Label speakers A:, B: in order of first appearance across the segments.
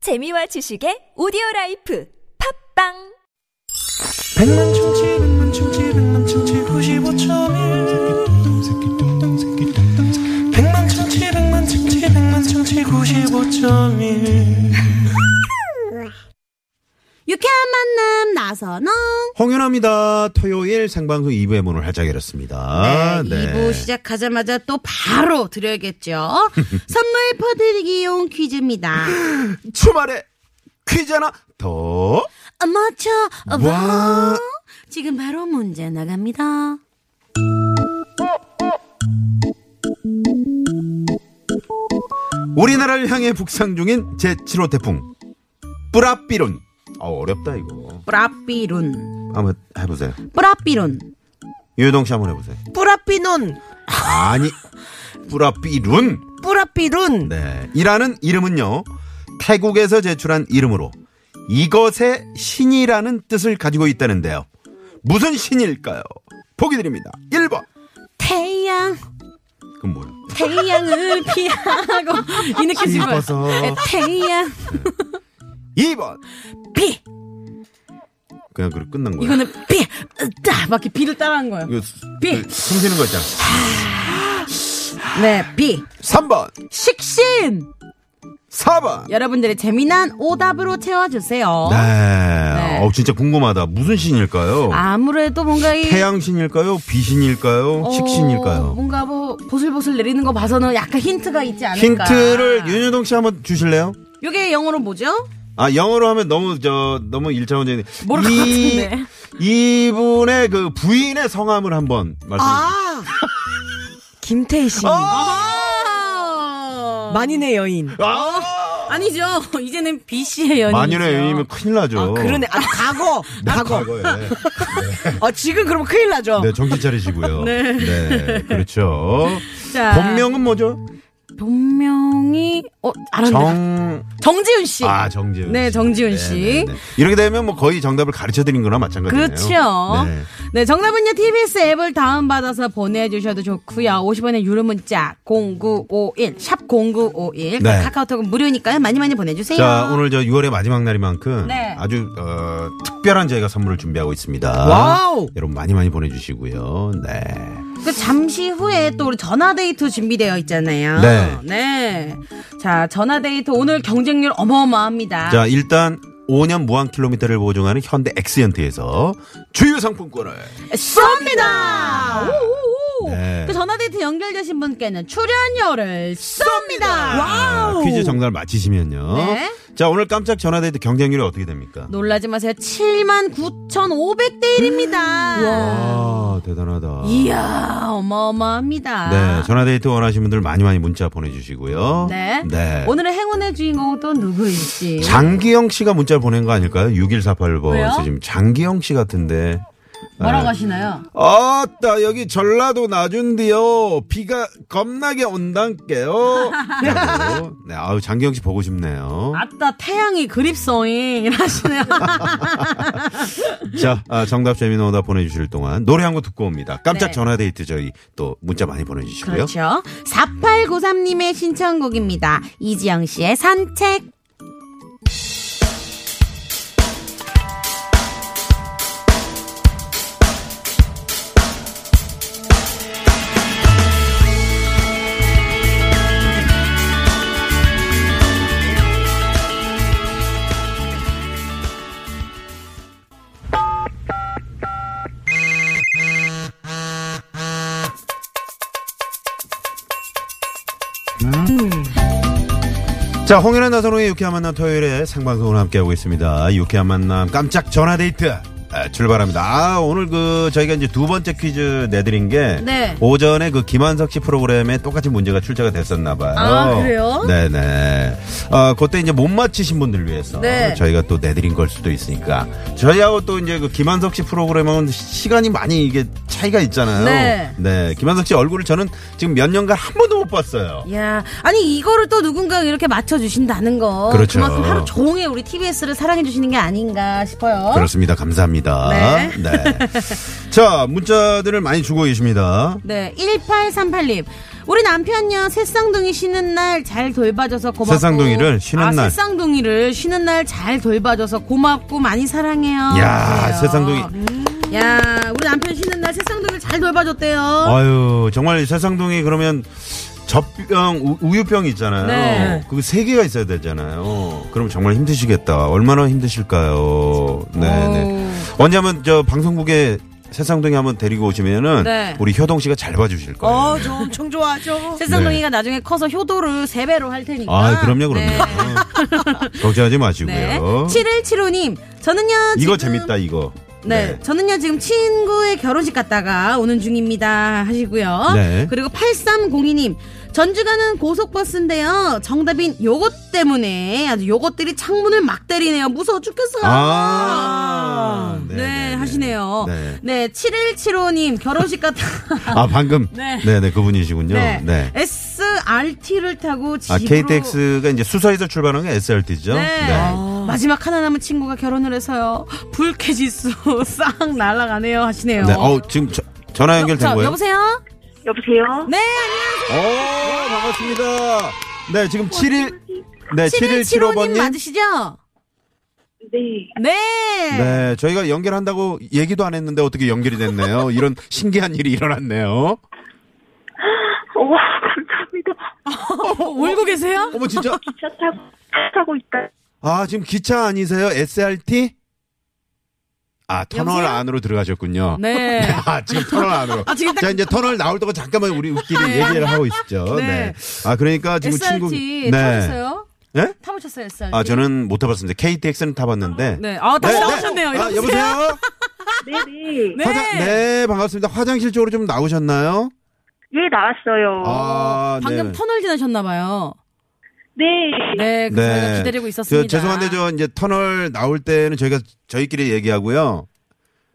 A: 재미와 지식의 오디오 라이프 팝빵
B: 백만 충치 백만 충치 백만 충치 95.1 백만 충치 백만 충치 백만 충치 95.1
C: 유쾌한 만남 나선홍
D: 홍윤아입니다. 토요일 생방송 2부의 문을 활짝 열었습니다.
C: 네, 2부 시작하자마자 또 바로 드려야겠죠 선물 퍼드리기용 퀴즈입니다
D: 주말에 퀴즈 하나 더.
C: 맞춰봐
D: 와.
C: 지금 바로 문제 나갑니다
D: 우리나라를 향해 북상 중인 제7호 태풍. 뿌라삐룬. 어, 어렵다, 이거.
C: 뿌라삐룬
D: 한번 해보세요.
C: 뿌라삐룬
D: 유동 씨 한번 해보세요.
E: 뿌라삐논,
D: 아니, 뿌라삐룬.
E: 뿌라삐룬,
D: 네. 이라는 이름은요, 태국에서 제출한 이름으로 이것의 신이라는 뜻을 가지고 있다는데요. 무슨 신일까요? 보기 드립니다. 1번.
C: 태양
D: 그건 뭐야?
C: 태양을 피하고 이 느낌 지금 네,
D: 씹어서.
C: 태양
D: 2번.
C: 비
D: 그냥 그렇게 끝난 거야.
C: 이거는 비딱막 비를 따라한 거예요
D: 이거 수-
C: 비.
D: 그 숨쉬는 거 있잖아.
C: 네비
D: 3번,
C: 식신
D: 4번.
C: 여러분들의 재미난 오답으로 채워주세요
D: 네. 어, 진짜 궁금하다. 무슨 신일까요?
C: 아무래도 뭔가 이
D: 태양 신일까요? 비신일까요?
C: 어,
D: 식신일까요?
C: 뭔가 뭐 보슬보슬 내리는 거 봐서는 약간 힌트가 있지 않을까.
D: 힌트를 윤여동 씨 한번 주실래요?
C: 이게 영어로 뭐죠?
D: 아 영어로 하면 너무 저 너무 일차원적인
C: 모를 것 같은데.
D: 이분의 그 부인의 성함을 한번 말씀. 해
E: 김태희 씨,
D: 어!
C: 아~
E: 만인의 여인.
D: 아,
C: 아니죠. 이제는 B 씨의 연인.
D: 만연의 여인이면 큰일 나죠.
E: 아, 그러네. 아, 과거.
D: 네,
E: 과거.
D: 과거에.
E: 어, 지금 그러면 큰일
C: 어.
E: 나죠.
D: 네 정신 차리시고요. 네. 그렇죠.
C: 자.
D: 본명은 뭐죠?
C: 본명이 어 알았네.
D: 정.
C: 정... 지훈 씨.
D: 아 정지훈.
C: 네,
D: 씨.
C: 정지훈 씨.
D: 네, 네, 네. 이렇게 되면 뭐 거의 정답을 가르쳐 드린 거나 마찬가지네요.
C: 그렇죠. 네.
D: 네.
C: 정답은요, TBS 앱을 다운받아서 보내주셔도 좋고요 50원의 유료 문자, 0951, 샵0951.
D: 네.
C: 카카오톡은 무료니까요, 많이 많이 보내주세요.
D: 자, 오늘 저 6월의 마지막 날이만큼
C: 네.
D: 아주 어, 특별한 저희가 선물을 준비하고 있습니다.
E: 와우!
D: 여러분 많이 많이 보내주시고요. 네.
C: 그 잠시 후에 또 우리 전화데이트 준비되어 있잖아요.
D: 네.
C: 네. 자, 전화데이트 오늘 경쟁률 어마어마합니다.
D: 자, 일단 5년 무한 킬로미터를 보증하는 현대 엑시언트에서 주유 상품권을
C: 쏩니다! 오오오.
D: 네.
C: 그 전화데이트 연결되신 분께는 출연료를 쏩니다!
D: 아, 퀴즈 정답을 맞히시면요.
C: 네.
D: 자, 오늘 깜짝 전화데이트 경쟁률이 어떻게 됩니까?
C: 놀라지 마세요. 7만 9,500대 1입니다.
D: 와, 아, 대단하다.
C: 이야, 어마어마합니다.
D: 네, 전화데이트 원하시는 분들 많이 많이 문자 보내주시고요.
C: 네. 오늘의 행운의 주인공은 또 누구일지.
D: 장기영 씨가 문자를 보낸 거 아닐까요? 6148번.
C: 왜요?
D: 지금 장기영 씨 같은데.
C: 뭐라고
D: 네.
C: 하시나요?
D: 아따 여기 전라도 나준디요 비가 겁나게 온단께요 라고. 네 아우 장기영 씨 보고 싶네요
C: 아따, 태양이 그립소잉. 하시네요.
D: 아, 자 아, 정답 재미는 오다 보내주실 동안 노래 한 곡 듣고 옵니다 깜짝
C: 네.
D: 전화데이트 저희 또 문자 많이 보내주시고요
C: 그렇죠. 4893님의 신청곡입니다. 이지영 씨의 산책.
D: 자 홍연한 나선홍의 유쾌한 만남 토요일에 생방송을 함께하고 있습니다 유쾌한 만남 깜짝 전화데이트 아, 출발합니다. 아, 오늘 그, 저희가 이제 두 번째 퀴즈 내드린 게.
C: 네.
D: 오전에 그 김한석 씨 프로그램에 똑같이 문제가 출제가 됐었나봐요.
C: 아, 그래요?
D: 네네. 아, 그때 이제 못 맞히신 분들 위해서.
C: 네.
D: 저희가 또 내드린 걸 수도 있으니까. 저희하고 또 이제 그 김한석 씨 프로그램은 시간이 많이 이게 차이가 있잖아요.
C: 네.
D: 네. 김한석 씨 얼굴을 저는 지금 몇 년간 한 번도 못 봤어요.
C: 야, 아니 이거를 또 누군가 이렇게 맞춰 주신다는 거.
D: 그렇죠.
C: 그만큼 하루 종일 우리 TBS를 사랑해 주시는 게 아닌가 싶어요.
D: 그렇습니다. 감사합니다.
C: 네.
D: 자, 문자들을 많이 주고 계십니다.
C: 네, 1838님. 우리 남편요 새쌍둥이 쉬는 날 잘 돌봐줘서 고맙고
D: 새쌍둥이를 쉬는
C: 아,
D: 날.
C: 새쌍둥이를 쉬는 날 잘 돌봐줘서 고맙고 많이 사랑해요.
D: 야,
C: 그래요. 음.
D: 새쌍둥이.
C: 야 우리 남편 쉬는 날 새쌍둥이를 잘 돌봐줬대요.
D: 아유, 정말 세상둥이 그러면 젖병, 우- 우유병 있잖아요.
C: 네.
D: 그거 세 개가 있어야 되잖아요. 그럼 정말 힘드시겠다. 얼마나 힘드실까요? 네, 네. 언제 한번 저 방송국에 세상둥이 한번 데리고 오시면은
C: 네.
D: 우리 효동 씨가 잘 봐주실 거예요.
E: 어, 저 엄청 좋아하죠.
C: 새쌍둥이가 나중에 커서 효도를 세 배로 할 테니까.
D: 네. 아, 그럼요,
C: 어,
D: 그럼요.
C: 네. 네.
D: 걱정하지 마시고요.
C: 7175님, 저는요.
D: 이거
C: 지금-
D: 재밌다, 이거.
C: 네, 저는요 지금 친구의 결혼식 갔다가 오는 중입니다 하시고요.
D: 네.
C: 그리고 8302님 전주 가는 고속버스인데요. 정답인 요것 때문에 아주 요것들이 창문을 막 때리네요. 무서워 죽겠어요.
D: 아,
C: 네, 하시네요.
D: 네.
C: 네. 7175님 결혼식 갔다
D: 아, 방금.
C: 네.
D: 네, 네, 그분이시군요.
C: 네.
D: 네.
C: SRT를 타고 집으로
D: 아, KTX가 이제 수서에서 출발한 게 SRT죠?
C: 네. 마지막 하나 남은 친구가 결혼을 해서요. 불쾌지수 싹 날아가네요 하시네요.
D: 네. 어, 지금 저- 전화 연결된
C: 저,
D: 거예요?
C: 여보세요?
F: 여보세요?
C: 네, 안녕하세요.
D: 오, 반갑습니다. 네,
C: 어,
D: 지금 7일 네,
C: 7175님
D: 7175번님.
C: 맞으시죠?
F: 네.
C: 네.
D: 네, 저희가 연결한다고 얘기도 안 했는데 어떻게 연결이 됐네요. 이런 신기한 일이 일어났네요.
F: 오,
C: 어,
F: 감사합니다.
C: 울고 계세요?
D: 어머, 진짜?
F: 기차 타고, 차 타고 있다.
D: 아, 지금 기차 아니세요? SRT? 아, 터널
C: 여보세요?
D: 안으로 들어가셨군요.
C: 네.
D: 아, 지금 터널 안으로.
C: 아, 지금 딱- 아, 예.
D: 자, 이제 터널 나올 동안 잠깐만 우리 우리끼리 얘기를 하고 있죠. 네.
C: 네.
D: 아, 그러니까 지금 친구.
C: SRT 타보셨어요?
D: 네?
C: 타보셨어요, SRT?
D: 아, 저는 못 타봤습니다. KTX는 타봤는데.
C: 네. 아, 다시 나오셨네요.
D: 아, 여보세요?
F: 네네.
C: 네.
D: 화장, 네, 반갑습니다. 화장실 쪽으로 좀 나오셨나요?
F: 예, 나왔어요.
D: 아,
C: 방금 터널 지나셨나봐요.
F: 네.
C: 네, 그 저희가 기다리고 있었습니다.
D: 그, 죄송한데 저 이제 터널 나올 때는 저희가 저희끼리 얘기하고요.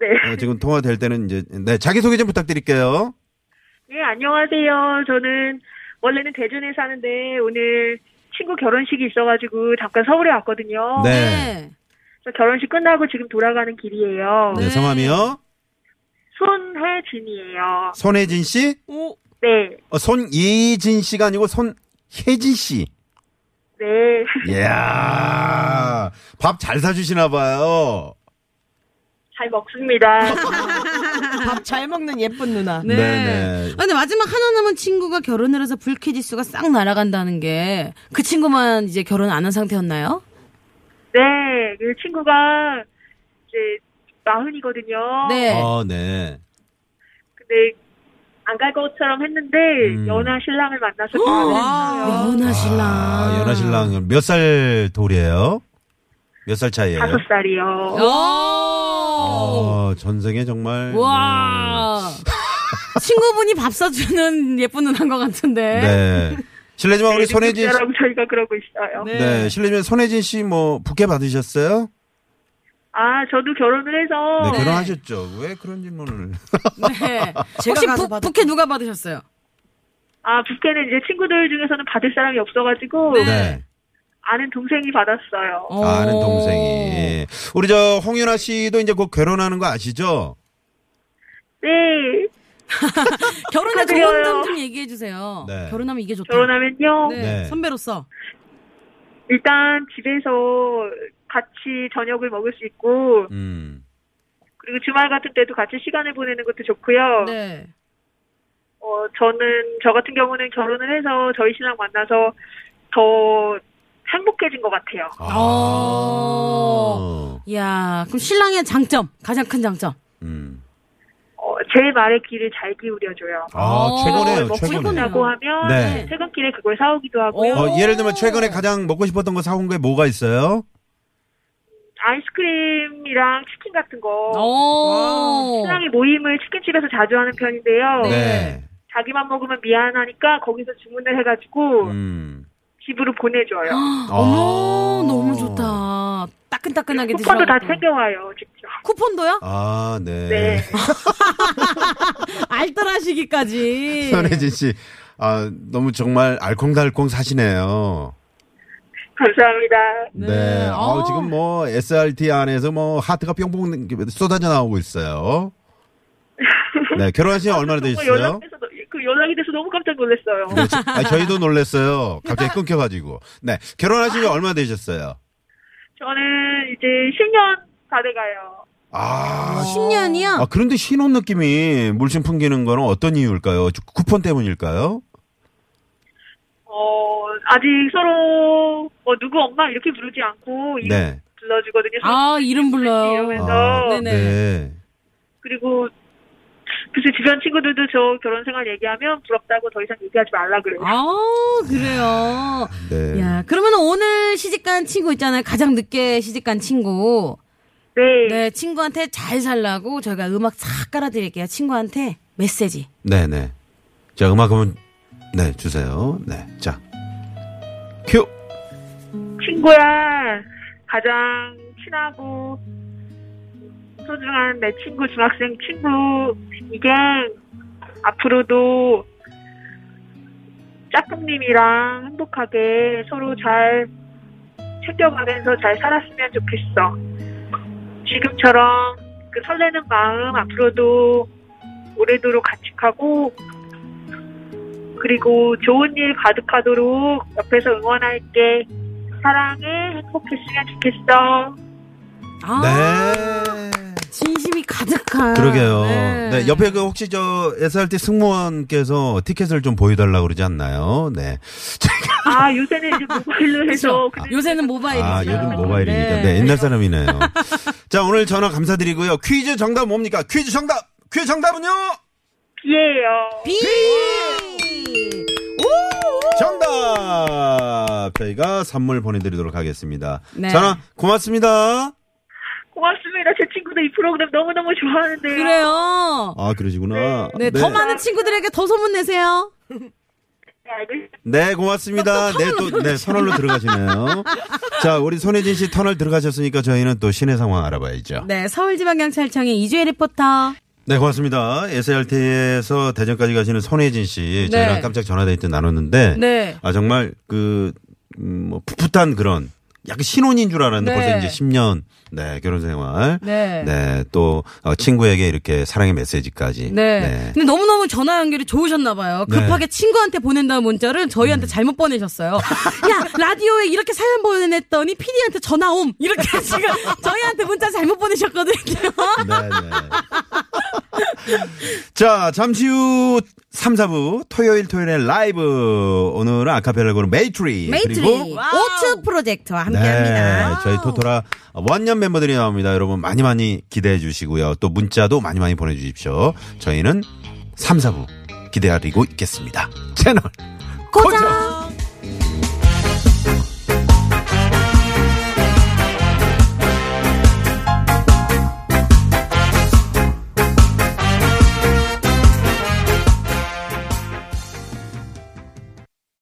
F: 네.
D: 어, 지금 통화 될 때는 이제 네 자기 소개 좀 부탁드릴게요.
F: 네, 안녕하세요. 저는 원래는 대전에 사는데 오늘 친구 결혼식이 있어가지고 잠깐 서울에 왔거든요.
D: 네.
C: 네.
F: 그래서 결혼식 끝나고 지금 돌아가는 길이에요.
D: 네, 성함이요.
F: 손혜진이에요.
D: 손혜진 씨,
F: 네.
D: 어, 손예진 씨가 아니고 손혜진 씨.
F: 네.
D: 이야, 밥 잘 사주시나 봐요.
F: 잘 먹습니다.
E: 밥 잘 먹는 예쁜 누나.
C: 네.
D: 네네.
C: 아, 근데 마지막 하나 남은 친구가 결혼을 해서 불쾌지수가 싹 날아간다는 게 그 친구만 이제 결혼 안 한 상태였나요?
F: 네. 그 친구가 이제 마흔이거든요.
C: 네.
D: 어, 네.
F: 근데 안 갈 것처럼 했는데
D: 음.
F: 연하 신랑을 만나서 결혼했어요.
C: 연하 신랑.
D: 아, 연하 신랑 몇 살 돌이에요? 몇 살 차이에요?
F: 다섯 살이요.
C: 오!
D: 어, 전생에 정말
C: 와. 친구분이 밥 사주는 예쁜 누나인 것 같은데.
D: 네. 실례지만 우리 손혜진 씨,
F: 여러분 저희가 그러고 있어요.
D: 네, 실례지만 손혜진 씨 뭐 부케 받으셨어요?
F: 아 저도 결혼을 해서
D: 네, 결혼하셨죠. 왜 그런 질문을?
C: 네. 혹시
E: 가서
C: 부,
E: 받았-
C: 부케 누가 받으셨어요?
F: 아 부캐는 이제 친구들 중에서는 받을 사람이 없어가지고
D: 네.
F: 아는 동생이 받았어요.
D: 아는
C: 오.
D: 동생이. 우리 저 홍윤아 씨도 이제 곧 결혼하는 거 아시죠?
F: 네
C: 결혼에 좋은
F: 축하드려요.
C: 점 좀 얘기해 주세요.
D: 네.
C: 결혼하면 이게 좋다.
F: 결혼하면요
C: 네.
D: 네.
C: 선배로서.
F: 일단 집에서 같이 저녁을 먹을 수 있고
D: 음.
F: 그리고 주말 같은 때도 같이 시간을 보내는 것도 좋고요.
C: 네.
F: 어, 저는, 저 같은 경우는 결혼을 해서 저희 신랑 만나서 더 행복해진 것 같아요.
C: 어. 네. 야, 그럼 신랑의 장점, 가장 큰 장점.
D: 음.
F: 어, 제 말에 귀를 잘 기울여줘요.
D: 아,
C: 어,
D: 최고네요.
F: 먹고
D: 최고네.
C: 싶었나
F: 싶다고 하면
D: 네.
F: 퇴근길에 그걸 사오기도 하고요.
D: 어, 예를 들면 최근에 가장 먹고 싶었던 거 사온 게 뭐가 있어요?
F: 아이스크림이랑 치킨 같은
D: 어.
F: 거.
C: 오.
F: 어. 신랑이 모임을 치킨집에서 자주 하는 편인데요.
D: 네.
F: 자기만 먹으면 미안하니까 거기서 주문을 해가지고
D: 음.
F: 집으로 보내줘요.
C: 어머,
D: 아.
C: 너무 좋다. 따끈따끈하게 드시라고.
F: 쿠폰도 다 챙겨와요, 직접.
C: 쿠폰도요?
D: 아, 네.
F: 네.
C: 알뜰하시기까지.
D: 선혜진 씨, 아, 너무 정말 알콩달콩 사시네요.
F: 감사합니다.
D: 네.
C: 네.
D: 아우,
C: 아.
D: 지금 뭐 SRT 안에서 뭐 하트가 뿅뿅 쏟아져 나오고 있어요. 네. 결혼하신 지 얼마나
F: 정말
D: 되셨어요?
F: 연락해서 너- 그 연락이 돼서 너무 깜짝 놀랐어요.
D: 네, 저- 아, 저희도 놀랐어요. 갑자기 끊겨가지고. 네. 결혼하신 지 얼마 되셨어요?
F: 저는 이제 10년 다 돼가요.
D: 아,
C: 10년이요?
D: 아, 그런데 신혼 느낌이 물씬 풍기는 거는 어떤 이유일까요? 주- 쿠폰 때문일까요?
F: 어, 아직 서로 뭐 누구 엄마 이렇게 부르지 않고 이름
D: 네.
F: 불러주거든요.
C: 아, 이름 불러요.
F: 이러면서
D: 아,
C: 네네.
D: 네.
F: 그리고 글쎄 주변 친구들도 저 결혼 생활 얘기하면 부럽다고 더 이상 얘기하지 말라 그래요.
C: 아, 그래요.
D: 네.
C: 야, 그러면 오늘 시집간 친구 있잖아요. 가장 늦게 시집간 친구.
F: 네.
C: 네, 친구한테 잘 살라고 저희가 음악 싹 깔아드릴게요. 친구한테 메시지.
D: 네, 네. 자, 음악 한번 네, 주세요. 네. 자. 큐.
F: 친구야 가장 친하고 소중한 내 친구 중학생 친구 이게 앞으로도 짝꿍님이랑 행복하게 서로 잘 챙겨가면서 잘 살았으면 좋겠어. 지금처럼 그 설레는 마음 앞으로도 오래도록 같이 가고 그리고 좋은 일 가득하도록 옆에서 응원할게. 사랑해 행복했으면 좋겠어.
C: 아,
D: 네.
C: 진심이 가득한.
D: 그러게요.
C: 아,
D: 네. 옆에 그 혹시 저 SRT 승무원께서 티켓을 좀 보여달라 그러지 않나요? 네.
F: 아 요새는 이제 모바일로 해서 그냥
C: 그렇죠. 요새는 모바일이죠.
D: 아, 요즘 모바일이니까. 네. 옛날 사람이네요. 자, 오늘 전화 감사드리고요. 퀴즈 정답 뭡니까? 퀴즈 정답! 퀴즈 정답은요?
F: 비예요.
C: 비!
F: 네.
D: 정답! 저희가 선물 보내드리도록 하겠습니다.
C: 네.
D: 전화 고맙습니다.
F: 고맙습니다. 제 친구도 이 프로그램 너무 너무 좋아하는데요.
C: 그래요.
D: 아, 그러시구나.
C: 네, 더 많은 친구들에게 더 소문내세요.
F: 네, 알겠습니다.
D: 네, 고맙습니다. 네, 또, 네, 선월로 들어가시네요. 자, 우리 손혜진 씨 터널 들어가셨으니까 저희는 또 시내 상황 알아봐야죠.
C: 네, 서울지방경찰청의 이주혜 리포터.
D: 네, 고맙습니다. SRT에서 대전까지 가시는 손혜진
C: 네.
D: 씨. 저희랑 깜짝 전화데이트 나눴는데.
C: 네.
D: 아, 정말 그, 음, 뭐, 풋풋한 그런 약간 신혼인 줄 알았는데
C: 네.
D: 벌써 이제 10년. 네, 결혼 생활.
C: 네.
D: 네, 또, 어, 친구에게 이렇게 사랑의 메시지까지.
C: 네. 근데 너무너무 전화 연결이 좋으셨나봐요.
D: 네. 음.
C: 급하게 친구한테 보낸다는 문자를 저희한테 잘못 보내셨어요. 야, 라디오에 이렇게 사연 보냈더니 PD한테 전화 옴! 이렇게 지금 저희한테 문자 잘못 보내셨거든요.
D: 네네. 자, 잠시 후 3, 4부 토요일 토요일에 라이브 오늘은 아카펠라 그룹 메이트리
C: 메이트리
D: 그리고
C: 오츠 프로젝트와 함께
D: 네,
C: 합니다.
D: 저희 토토라 원년 멤버들이 나옵니다. 여러분 많이 많이 기대해 주시고요. 또 문자도 많이 많이 보내 주십시오. 저희는 3, 4부 기대하리고 있겠습니다. 채널
C: 고장!